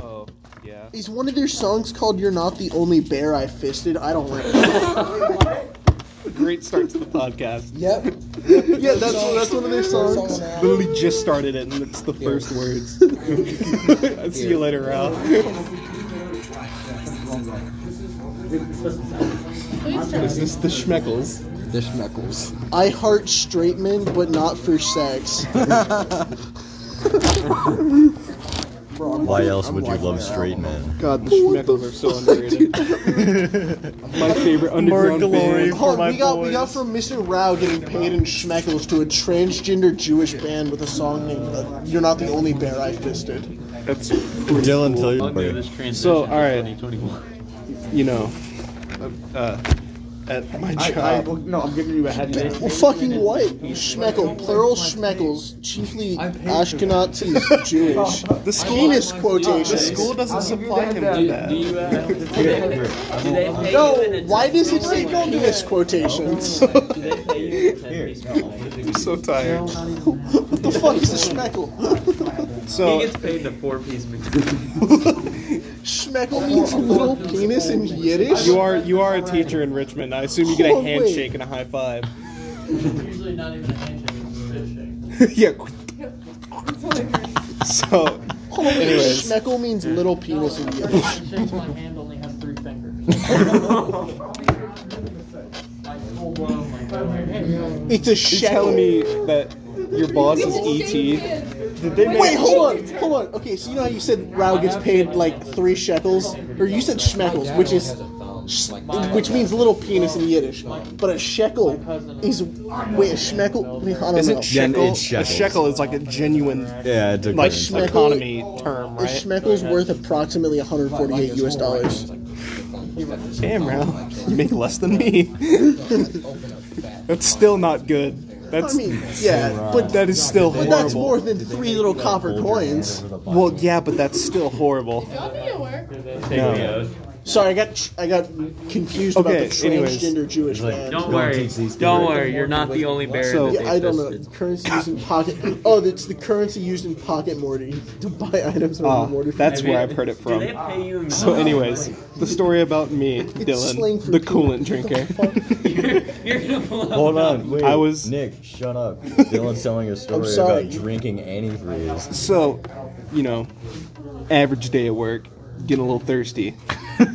Oh, Yeah. Is one of their songs called "You're Not the Only Bear I Fisted"? I don't like. It. Great start to the podcast. Yep. yeah, that's that's one of their songs. Literally just started it, and it's the first words. I'll see you later, Ralph. Is this the Schmeckles? They're schmeckles. I heart straight men, but not for sex. Bro, I'm- Why else I'm would you liking love that straight album. men? God, the Schmeckles are so underrated. My favorite underground glory. band. Hold, we got we got from Mr. Rao getting paid in schmeckles to a transgender Jewish band with a song named uh, "You're Not the Only Bear I Fisted." That's Dylan, tell Under you. this transition So, all right. to 2021. you know, uh, at my I, job. I, well, no, I'm giving you a head. Well, fucking what? Schmeckel, plural schmeckles, chiefly Ashkenazi Jewish. the school Penis The quotations. school doesn't supply him Do with you- that. Do you, uh, do they, do they pay No, you in a why does it ten-piece say plan? penis quotations? Do they pay you in a ten-piece plan? I'm so tired. what the fuck is a schmeckel? He So gets paid the four-piece McDouble. schmeckel means little penis in Yiddish. you are you are a teacher in Richmond. I assume you get Oh, a wait. handshake and a high five. Usually not even a handshake, it's a fish shake. yeah. So Holy Anyways. schmeckel means little penis in The Yiddish. person who shakes my hand only has three fingers. Like full blown, like. oh, It's a you're telling shekel. me that your boss is E ET? Did they make? Wait, hold on, hold on. Okay, so you know how you said Rao gets paid like three shekels, or you said schmeckels, which is sh- which means little penis in Yiddish. But a shekel is wait a schmeckel. Wait, I don't Isn't know. Yeah, shekel it's a shekels. shekel is like a genuine Yeah, it's a like good- Schmeck- economy term, a right? schmeckel's worth approximately 148 U.S. dollars. Damn, Ralph, you make less than me. That's still not good. I That's mean, yeah, but that is still but horrible. that's more than three little copper coins. Well, yeah, but that's still horrible. Y'all be aware. No. Sorry, I got tr- I got confused Okay, about the anyways. transgender Jewish man. Don't No one worry. takes these Don't two. worry. You're not the only bear. So- that Yeah, they I don't fisted. know. Currency used in pocket. Oh, it's the currency used in pocket Morty to buy items on Ah, the Morty. that's Have you- where I've heard it Do they from. pay you in So, anyways, the story about me, slang Dylan, for the cool. coolant drinker. You're gonna blow Hold it up. on, wait. I was- Nick. Shut up. Dylan's telling a story sorry. about drinking antifreeze. So, you know, average day at work, getting a little thirsty.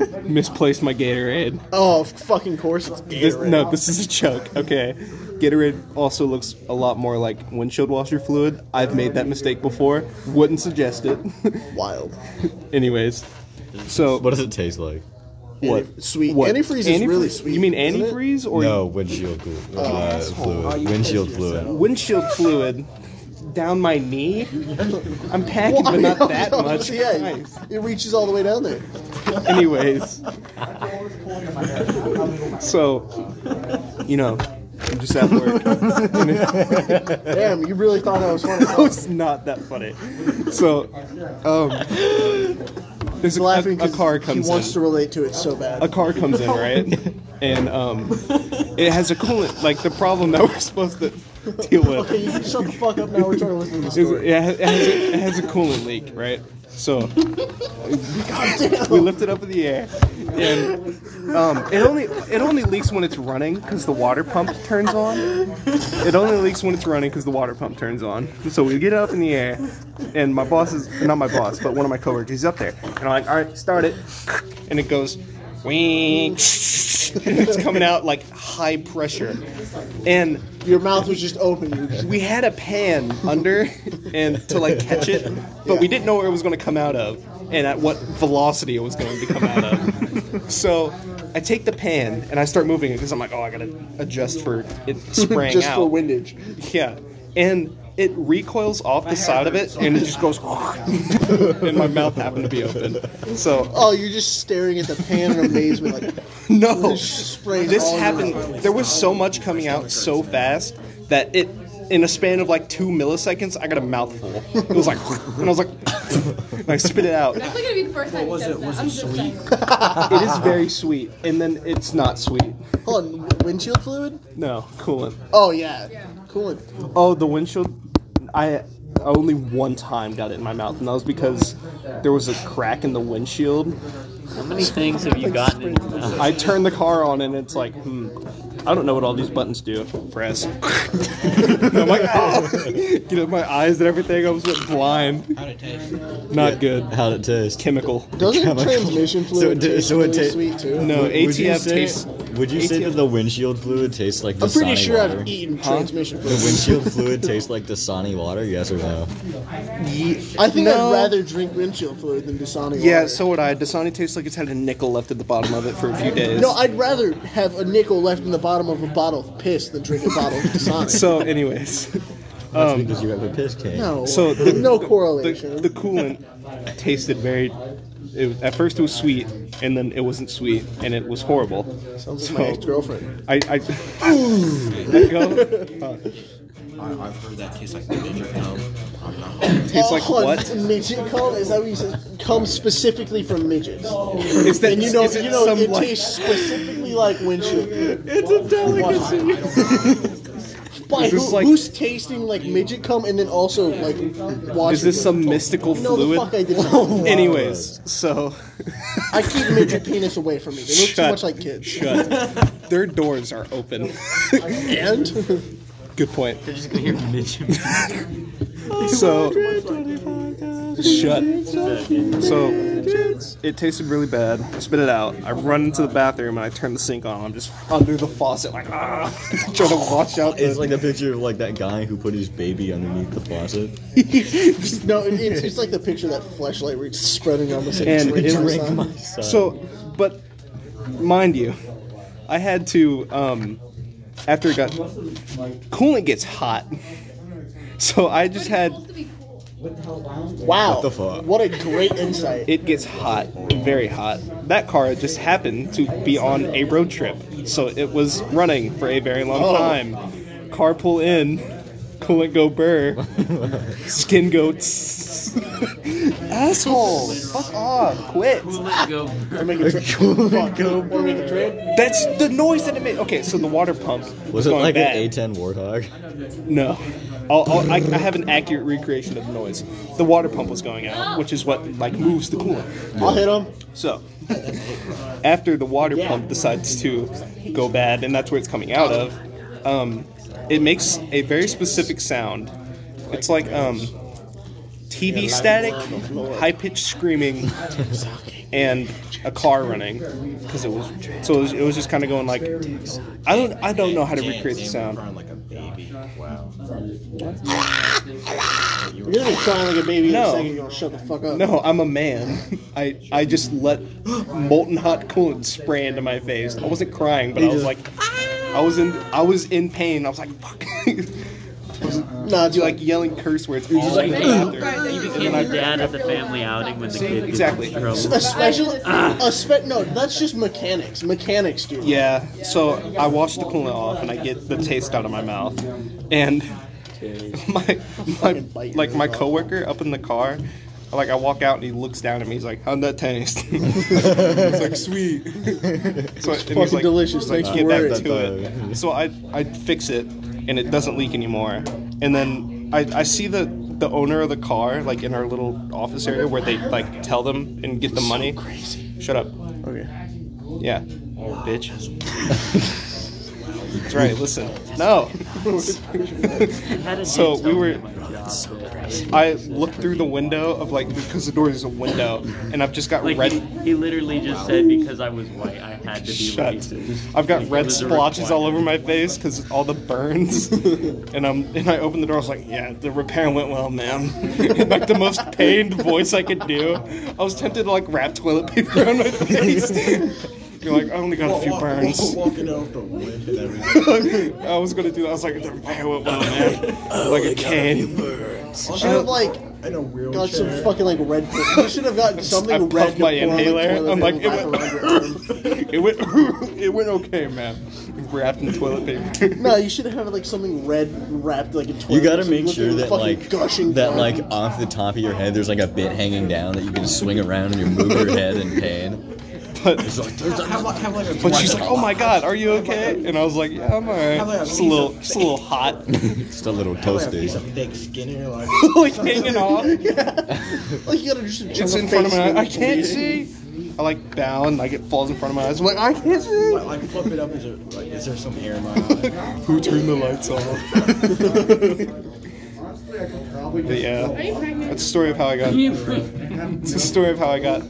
Misplaced my Gatorade. Oh, f- fucking course it's This, Gatorade. no, this is a joke. Okay. Gatorade also looks a lot more like windshield washer fluid. I've made that mistake before. Wouldn't suggest it. wild. Anyways, so What does it taste like? what? Antif- sweet. What? Antifreeze is really sweet, You mean isn't it? antifreeze or No, windshield glue. Uh, fluid. Windshield fluid. windshield fluid down my knee? I'm packing, but not that much. Yeah, Christ. it reaches all the way down there. Anyways, so you know, I'm just at work. And it- Damn, you really thought that was funny. that was not that funny. So, um, there's a, laughing a, a because car he comes in. wants to relate to it so bad. a car comes in, right? And um, it has a coolant. Like the problem that we're supposed to deal with. okay, you can shut the fuck up now. We're trying to listen to the It's- story. it, has, it, has a, it has a coolant leak, right? So we lift it up in the air, and um, it only it only leaks when it's running because the water pump turns on. It only leaks when it's running because the water pump turns on. So we get up in the air, and my boss is not my boss, but one of my coworkers. He's up there, and I'm like, all right, start it, and it goes, wing, and it's coming out like high pressure, and Your mouth was just open. You were just- we had a pan under and to like catch it, but we didn't know where it was going to come out of and at what velocity it was going to come out of. so I take the pan and I start moving it because I'm like, oh, I gotta adjust for it spraying just out. for windage. Yeah, and it recoils off the side of it and it just goes, and my mouth happened to be open. So Oh, you're just staring at the pan in amazement, like no, sprays this all over happened. There was so much coming out so fast that it, in a span of like two milliseconds, I got a mouthful. It was like, and I was like, and I spit it out. That's not gonna be the first time he says that. I'm just saying. It is very sweet, and then it's not sweet. Hold on, w- windshield fluid? No, coolant. Oh yeah, Yeah. coolant. Oh, the windshield. I I only one time got it in my mouth, and that was because there was a crack in the windshield. How many things have you gotten in your mouth? I turned the car on, and it's like, hmm, I don't know what all these buttons do. Press. I'm like, oh. you know, my eyes and everything. I was like blind. How'd it taste? Not good. How'd it taste? Chemical. Doesn't Chemical. transmission fluid d- taste really sweet, too? No, would- would you ATF say- tastes- Would you say ATF that the windshield fluid tastes like the I'm pretty Sani sure water? I've eaten transmission The fluid. windshield fluid tastes like Dasani water? Yes or no? I think No. I'd rather drink windshield fluid than Dasani. Yeah, water. so would I. Dasani tastes like it's had a nickel left at the bottom of it for a few days. No, I'd rather have a nickel left in the bottom of a bottle of piss than drink a bottle of Dasani. so, anyways, That's because you have a piss cake. no, so the- no the, correlation. the coolant tasted very. It, at first, it was sweet, and then it wasn't sweet, and it was horrible. Sounds like my ex-girlfriend. I, I, Let go. Uh, I, I've heard that tastes like midget cum. I'm not tastes like Oh, what? Midget cum? Is that what you said? Cum specifically from midgets. Is that And you know, is it you know, some it like- tastes specifically like windshield. fluid. It's a delicacy. By Is this who, like- who's tasting like midget cum and then also like washing? Is this some it? mystical No, the fluid? fuck I didn't. Anyways, so I keep midget penis away from me. They look Shut. too much like kids. shut. Their doors are open. And. Good point. They're just gonna hear midget. So shut. So it tasted really bad. I spit it out. I run into the bathroom and I turn the sink on. I'm just under the faucet, like ah, trying to wash out. The, It's like a picture of like that guy who put his baby underneath the faucet. No, it, it's, it's like the picture of that flashlight where it's spreading on the same And it was- on. So, So, but mind you, I had to um, after it got coolant gets hot, so I just had supposed to be cool. Wow. What the fuck? What a great insight. it gets hot, very hot. That car just happened to be on a road trip, so it was running for a very long Oh. time. Car pull in, coolant go burr, skin go. tss. Asshole! Fuck off! Quit! Let go. Or make a trade. Or make a trade. That's the noise that it made. Okay, so the water pump was it going like bad. an A10 Warthog? No. I'll, I'll, I, I have an accurate recreation of the noise. The water pump was going out, which is what like moves the coolant. I'll hit him. So after the water pump decides to go bad, and that's where it's coming out of, um, it makes a very specific sound. It's like um, TV static, high pitched screaming, and a car running because it was so it was, it was just kind of going like I don't I don't know how to recreate the sound. like a baby. Wow. You're gonna be crying like a baby in No. a second. You're gonna shut the fuck up. No, I'm a man. I I just let molten hot coolant spray into my face. I wasn't crying, but I was like, I was in I was in pain. I was like, fuck. Nah, I do dude. like Like, yelling curse words. All like, in the "Ugh." bathroom. You became the dad at the family outing when the kid gets Exactly. in trouble. especially, espe- no, that's just mechanics. Mechanics, dude. Yeah. So I wash the coolant off and I get the taste out of my mouth, and my my like my coworker up in the car. Like I walk out and he looks down at me. He's like, "How'd that taste?" It's like sweet. so it's fucking delicious, thanks get for back worrying." to it. So I I fix it and it doesn't leak anymore. And then I, I see the the owner of the car like in our little office area where they like tell them and get the money. crazy. Shut up. Okay. Yeah. Bitch. That's right. Listen. No. So we were. I looked through the window of like because the door is a window, and I've just got Like red. he, he literally just said because I was white, I had to be Shut. racist. I've got Like, it red was a splotches all requirement. over my face because all the burns, and I'm and I opened the door. I was like, "Yeah, the repair went well, ma'am." In, like the most pained voice I could do. I was tempted to like wrap toilet paper on my face. You're like, I only got a few burns. Walking out the wind and everything. I was gonna do that. I was like, the repair went well, ma'am. Like a cane. Should have like In a wheelchair. got some fucking like red. You should have gotten something I red. puffed to my pour on the inhaler. toilet I'm and like, wrap it went- around your arm. It went. It went okay, ma'am. Wrapped in toilet paper. No, you should have like something red wrapped like a toilet. You gotta so make look at sure the that fucking like gushing that blood. like off the top of your head, there's like a bit hanging down that you can swing around and you move your head in pain. But He's like, "There's a- have like, have like a but she's like, "Oh my God, are you okay?" And I was like, "Yeah, I'm alright. Just a little, just a little hot, Just a little Have, like, oh a toasty. piece of thick skin in your life. like hanging off. Like you gotta just chunk It's of in front of face my. and eye. I can't bleeding. see." I like down, like it falls in front of my eyes. I'm like, I can't see. Like, like flip it up. Is there like is there some hair in my eye? Who turned the lights on? but Are yeah, you pregnant? that's the story of how I got. It's the story of how I got.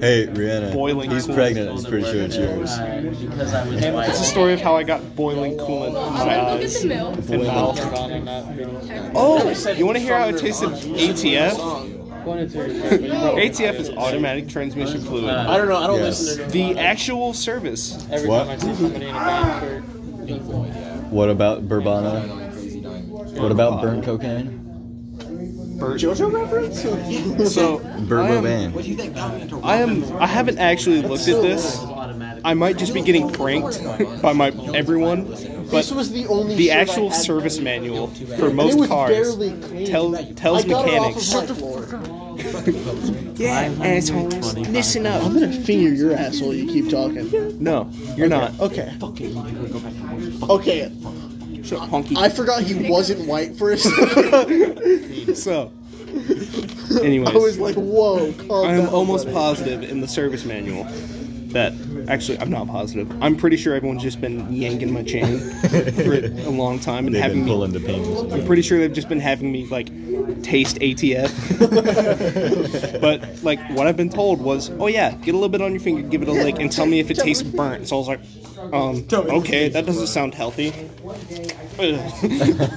Hey, Rihanna. Boiling He's cool. pregnant. It's pretty sure it's yours. Uh, because I was white. It's the story of how I got boiling coolant in my Look at eyes the milk. and mouth. Oh, you want to hear how it tasted? ATF. ATF is automatic transmission fluid. I don't know. I don't Yes. The actual service. What? What about Bourbon? What about burn cocaine? JoJo reference? So I am- Burboban. Do you think that went to I am. I haven't actually looked at this. I might just be getting pranked by my everyone, this but was the only the shirt I actual had. service manual for And it most was cars barely clean. tell, I tells got mechanics. it off of my floor. Yeah, assholes, listen I'm up. gonna finger your asshole. You keep talking. No, you're not. Okay. Okay. Punky. I forgot he wasn't white for a second. So, I was anyways, like, oh, whoa. calm I am down, almost buddy. positive in the service manual that actually I'm not positive. I'm pretty sure everyone's just been yanking my chain for a long time and They've having been me pulling the pins. I'm pretty sure they've just been having me like taste ATF. but like what I've been told was, oh yeah, get a little bit on your finger, give it a lick, and tell me if it tastes burnt. So I was like, um, okay, that doesn't sound healthy. Ugh,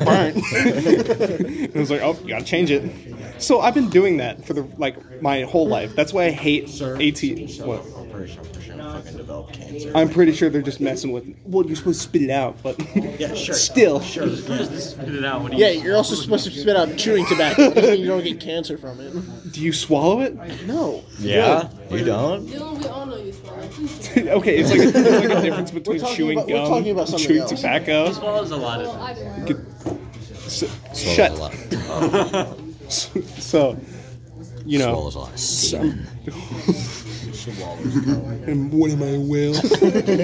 burnt. and I was like, oh, you gotta change it. So I've been doing that for the like my whole life. That's why I hate ATF. What? Operation, operation, fucking develop cancer. I'm pretty sure they're just messing with me. Well, you're supposed to spit it out, but Yeah, sure. still. spit it out when Yeah, you're also supposed to spit out chewing tobacco. Doesn't mean you don't get cancer from it. Do you swallow it? No. Yeah? You don't? Dylan, we all know you smell it. Please don't. okay, it's like, there's like a difference between talking chewing about- we're gum, talking about and something chewing else. He tobacco. swallows a lot of Well, either way. S- Swallows a shut. lot. So, you know. Swallows a lot of semen. And what am I, Will?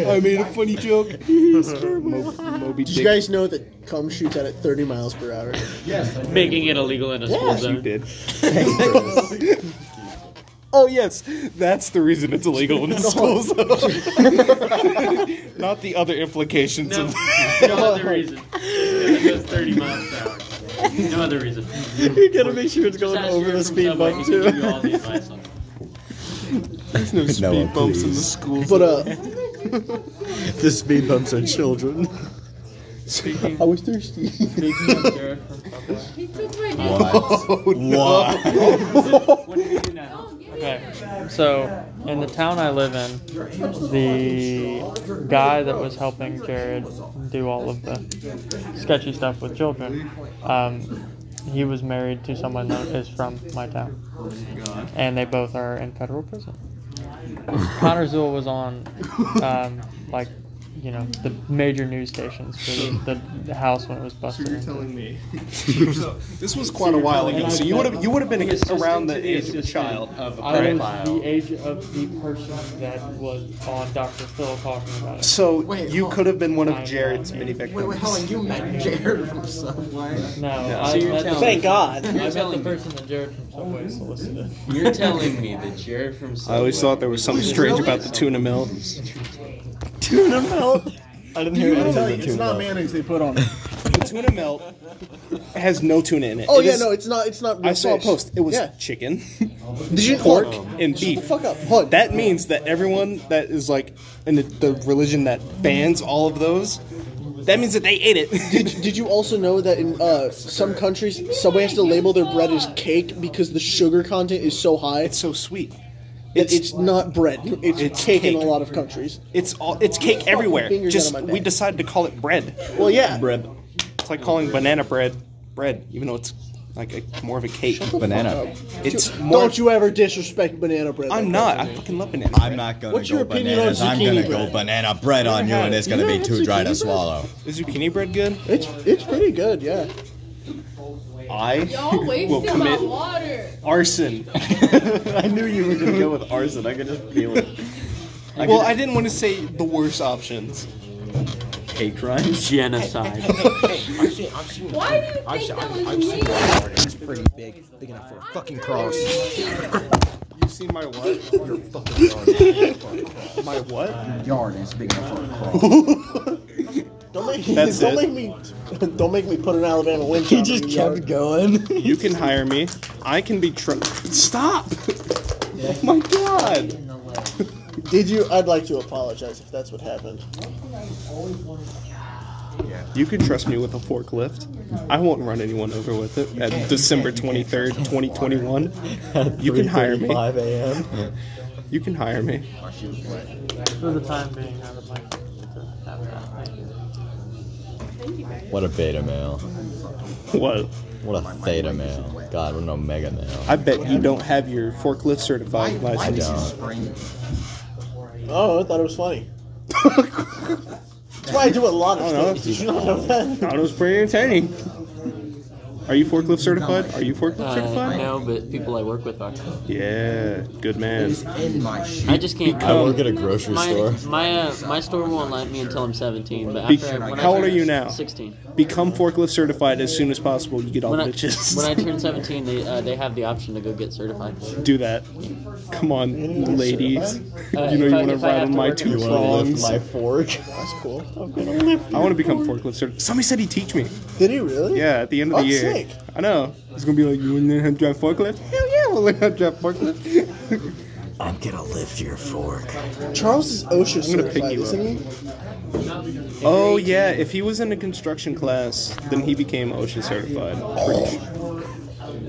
I made a funny joke. Mo- Moby Did you Dick. guys know that cum shoots out at 30 miles per hour? making it illegal in a school Yes, zone. You did. oh yes, that's the reason it's illegal in the school zone. Not the other implications No, of. no other reason. It goes 30 miles per hour. No other reason. You gotta make sure it's Just ask Jared from Subway, he can give you all the advice on it. There's no speed Noah, bumps in the please. school. But uh, The speed bumps are children. I was thirsty. He took my dick. Why? Oh, Why? Okay. So, in the town I live in, the guy that was helping Jared do all of the sketchy stuff with children, um, he was married to someone that is from my town. And they both are in federal prison. Connor Zool was on, um, like, you know, the major news stations for the, the house when it was busted. into. me. so, this was quite a while ago. So you would have you would have been around the age of a child. I was the age of the person that was on Dr. Phil talking about it. So Wait, you hold- could have been one of Jared's many victims. Wait, wait, hold on. You met Jared from Subway. No, So I, met the, Thank God. I met the person that Jared from Subway solicited. You're telling me that Jared from I always thought there was something strange about the tuna mill. Tuna melt. I didn't hear anything too mayonnaise they put on it. The tuna melt has no tuna in it. Oh It yeah, is- no, it's not. It's not. real I saw a fish. post. It was Yeah. chicken, Did you pork, Hold on. and Shut the beef. fuck up. Hold on. That means that everyone that is like in the, the religion that bans all of those, that means that they ate it. Did, did you also know that in uh, some countries, Subway has to label their bread as cake because the sugar content is so high? it's It's, so sweet. it's, It's not bread. It's, It's cake, in a cake. lot of countries. it's all it's cake everywhere. fingers out of Just my we bag. decided to call it bread. Well, yeah. Bread. It's like calling banana bread bread, even though it's like a, more of a cake. Banana. It's more. Uh, Don't you ever disrespect banana bread? like I'm that. not. I fucking love banana. I'm not gonna What's go your opinion on bananas. I'm gonna zucchini go bread? banana bread on you, and it's gonna be had too dry zucchini to bread? swallow. Is zucchini bread good? It's it's pretty good, yeah. I Y'all will wasting my commit water. arson. I knew you were gonna go with arson. I could just feel it. Well, I didn't want to say the worst options. Hate crimes. Hey, Genocide. hey, hey, I've seen, I've seen, Why do you I've think seen, that I've, was I've seen me? that yard. It's pretty big, big enough for a fucking cross. You've seen my what? Your fucking yard is big enough for a cross. My Your what? yard is big enough for a cross. Don't make me. That's don't it. make me. Don't make me put an Alabama winch. on me, yo. going. You can hire me. I can be tr- Stop! Oh my god! Did you? I'd like to apologize if that's what happened. You can trust me with a forklift. I won't run anyone over with it at December 23rd, 2021. You can hire me. 5 a.m. You can hire me. For the time being, I would like to have that. Thank you. What a beta male. What? What a theta male. God, what an omega male. I bet you don't have your forklift certified Why did license. you spring? Oh, I thought it was funny. That's why I do a lot I don't know. of things. Did you not know that? Auto spray entertaining. Are you forklift certified? Are you forklift Uh, certified? no, but people I work with are. Yeah, good man. It's in my shoe. I just can't. I Um, work at a grocery my store. my uh, my store won't let me until I'm 17. But Be- after I- when I how old are turn you now? 16. Become forklift certified as soon as possible. You get all When I, Oh, bitches. when I turn 17, they uh, they have the option to go get certified. Do that. Come on, ladies. Uh, you know if you I- want to if I ride have on to my work in two a You want to prongs. lift my fork? That's cool. I want to become forklift certified. Somebody said he'd teach me. Did he really? Yeah, at the end of the year. That's sick. I know. He's gonna be like, you want to learn how to drive forklift? Hell yeah, I want to learn how to drive forklift. I'm gonna lift your fork. Charles is OSHA I'm gonna pick certified, you up. isn't he? Oh yeah, if he was in a construction class, then he became OSHA certified. Pretty sure.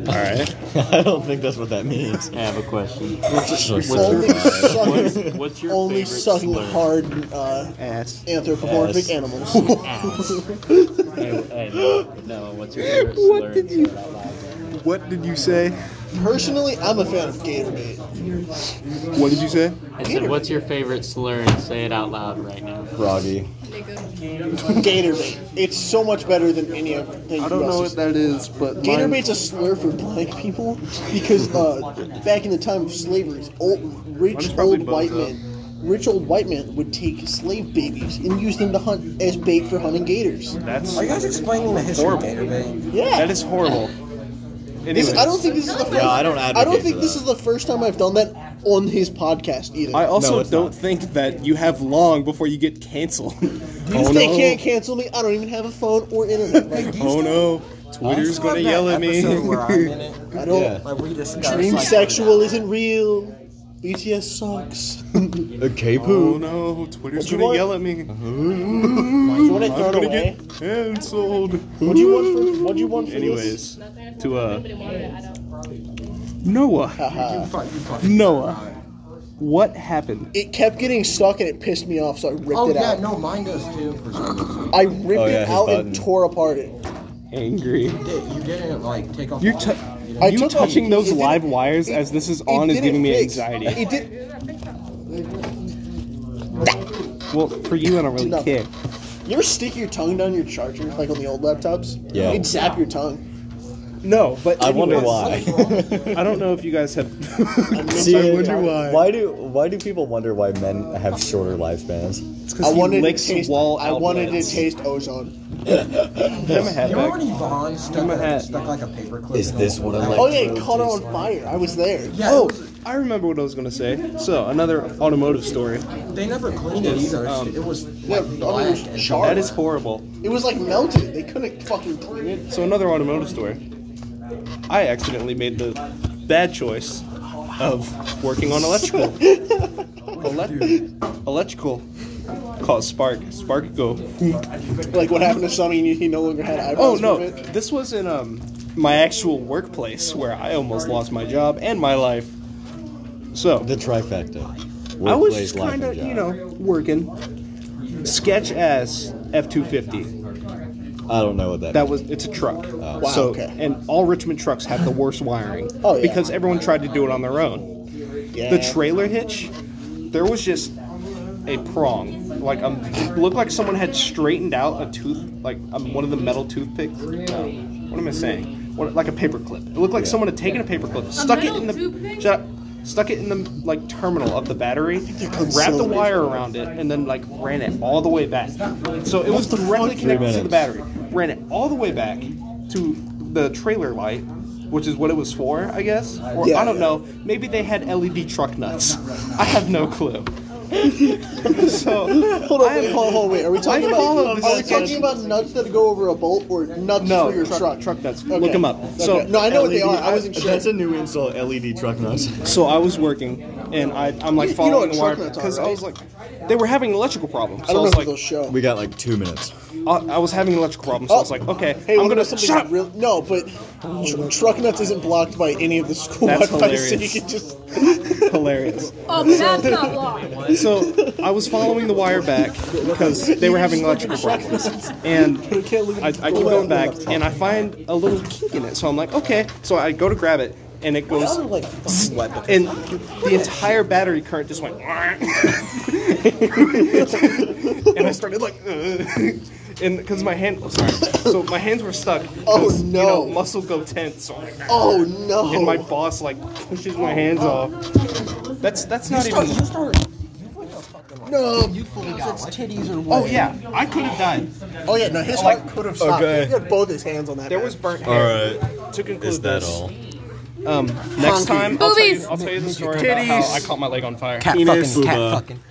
All right. I don't think that's what that means. I have a question. Only sucking, What's your only favorite sucking slur? hard uh, Ass. anthropomorphic Ass. animals. Hey, hey, no, no, what's your favorite slur? What did you? What did you say? Personally, I'm a fan of Gatorade. What did you say? I said, what's your favorite slur? And say it out loud right now. Froggy. Nigga. Gatorade. It's so much better than any other thing. I don't know what that is, but mine, Gatorade's a slur for black people because uh, back in the time of slavery, old, Mine's rich probably old white both, men, rich old white men would take slave babies and use them to hunt as bait for hunting gators. that's Are you guys explaining the history of Gator Bay? Yeah, that is horrible. This, Anyway, I don't think this is the first. Yeah, I don't I don't advocate think for this that. is the first time I've done that on his podcast either. I also No, it's don't not. think that you have long before you get canceled. oh if they can't no! cancel me, I don't even have a phone or internet. Like, Oh no! Twitter's gonna yell at me. Episode where I'm in it. I don't. Yeah. Like we discussed. Dream like, sexual isn't real. BTS sucks. Do Okay, Oh poo. no! Twitter's What you gonna want? yell at me. you want to I'm throw it gonna away? get canceled. What do you want for? What do you want for this? Anyways, to uh, Nobody wanted it. I don't. Noah. Haha. Fuck, you fucking. Noah, what happened? It kept getting stuck and it pissed me off, so I ripped Oh it yeah, out. no, mine does too. For some reason. I ripped Oh, yeah, it his out button. and tore apart it. Angry. Did- You didn't like take off. You're all t- that, you know? I you took touching off- those it live didn't- wires it- as this is it on is didn't giving me fix. anxiety. It did. Well, for you, I don't really No. care. You ever stick your tongue down your charger like on the old laptops? Yeah. It'd zap your tongue. No, but I wonder anyways, why. I don't know if you guys have. See, I wonder why. Why do why do people wonder why men have shorter lifespans? I wanted to licks taste. wall I wanted to outlets. taste ozone. Give him a hat You remember back. when Yvonne stuck, Give him a hat. a, stuck like a paperclip? Is in a this hole? what I like? Oh yeah, it caught on fire. I was there. Yeah. Oh, it was- I remember what I was gonna say. So another automotive story. they never cleaned it either. It's- um, it was Yeah, like I mean, black it and was That charred. is horrible. It was like melted. They couldn't fucking clean it. So another automotive story. I accidentally made the bad choice of working on electrical. Ele- electrical caused spark. Spark go. Like what happened to Sonny and he no longer had eyebrows. Oh no! from it. This was in um my actual workplace where I almost lost my job and my life. So The trifecta. I was Workplace, just life, kind of and you job. know working. Sketch ass F two fifty. I don't know what that. That means. was it's a truck. Oh. Wow, so okay. and all Richmond trucks have the worst wiring Oh, yeah. because everyone tried to do it on their own. Yeah. The trailer hitch, there was just a prong, like um, looked like someone had straightened out a tooth, like um, one of the metal toothpicks. No, what am I saying? What, like a paperclip. It looked like someone had taken a paperclip, stuck it metal in the toothpick? shut up, stuck it in the like terminal of the battery, wrapped the wire around it, and then like ran it all the way back. So it was directly connected to the minutes. battery. Ran it all the way back to the trailer light, which is what it was for, I guess. Or Yeah, I don't yeah. know. Maybe they had LED truck nuts. I have no clue. so Hold on, I wait, am- hold on, wait. Are we talking I about? follow Are we this talking sentence. about nuts that go over a bolt or nuts No, for your truck- truck? truck nuts. Okay. Look 'em up. So- E no, I know what they are. I was in That's a shit. new insult, LED truck nuts. So I was working, and I, I'm like You- you know following what the wire truck nuts are, because I right? was like, they were having electrical problems. I So I, don't know was if like, they'll show. We got like two minutes. I, I was having electrical problems. So I was Oh. like, okay, Hey, I'm we're gonna gonna something shut up. Oh, real. No, but tr- truck nuts isn't blocked by any of the school That's Wi-Fi, so you hilarious. can just. Hilarious. Oh, but that's not long. So I was following the wire back because they were having electrical problems, and I, I keep going back, and I find a little kink in it. So I'm like, okay. So I go to grab it, and it goes, Other, like fucking weapon. and the entire battery current just went. and I started like, and because my hand, oh, sorry, so my hands were stuck. 'cause, Oh, You know, no. muscle go tense. So I'm like, Oh no! and my boss like pushes my hands off. That's that's not even. no. Oh yeah, I could have died. Oh yeah, no. His heart could have stopped. Okay. He had both his hands on that. There bad. was burnt hair. All right. To conclude Is that this, all? um, next Honky. time I'll tell, you, Boobies. I'll tell you the story about how Titties. I caught my leg on fire. Cat Enos fucking, cat Luba. fucking.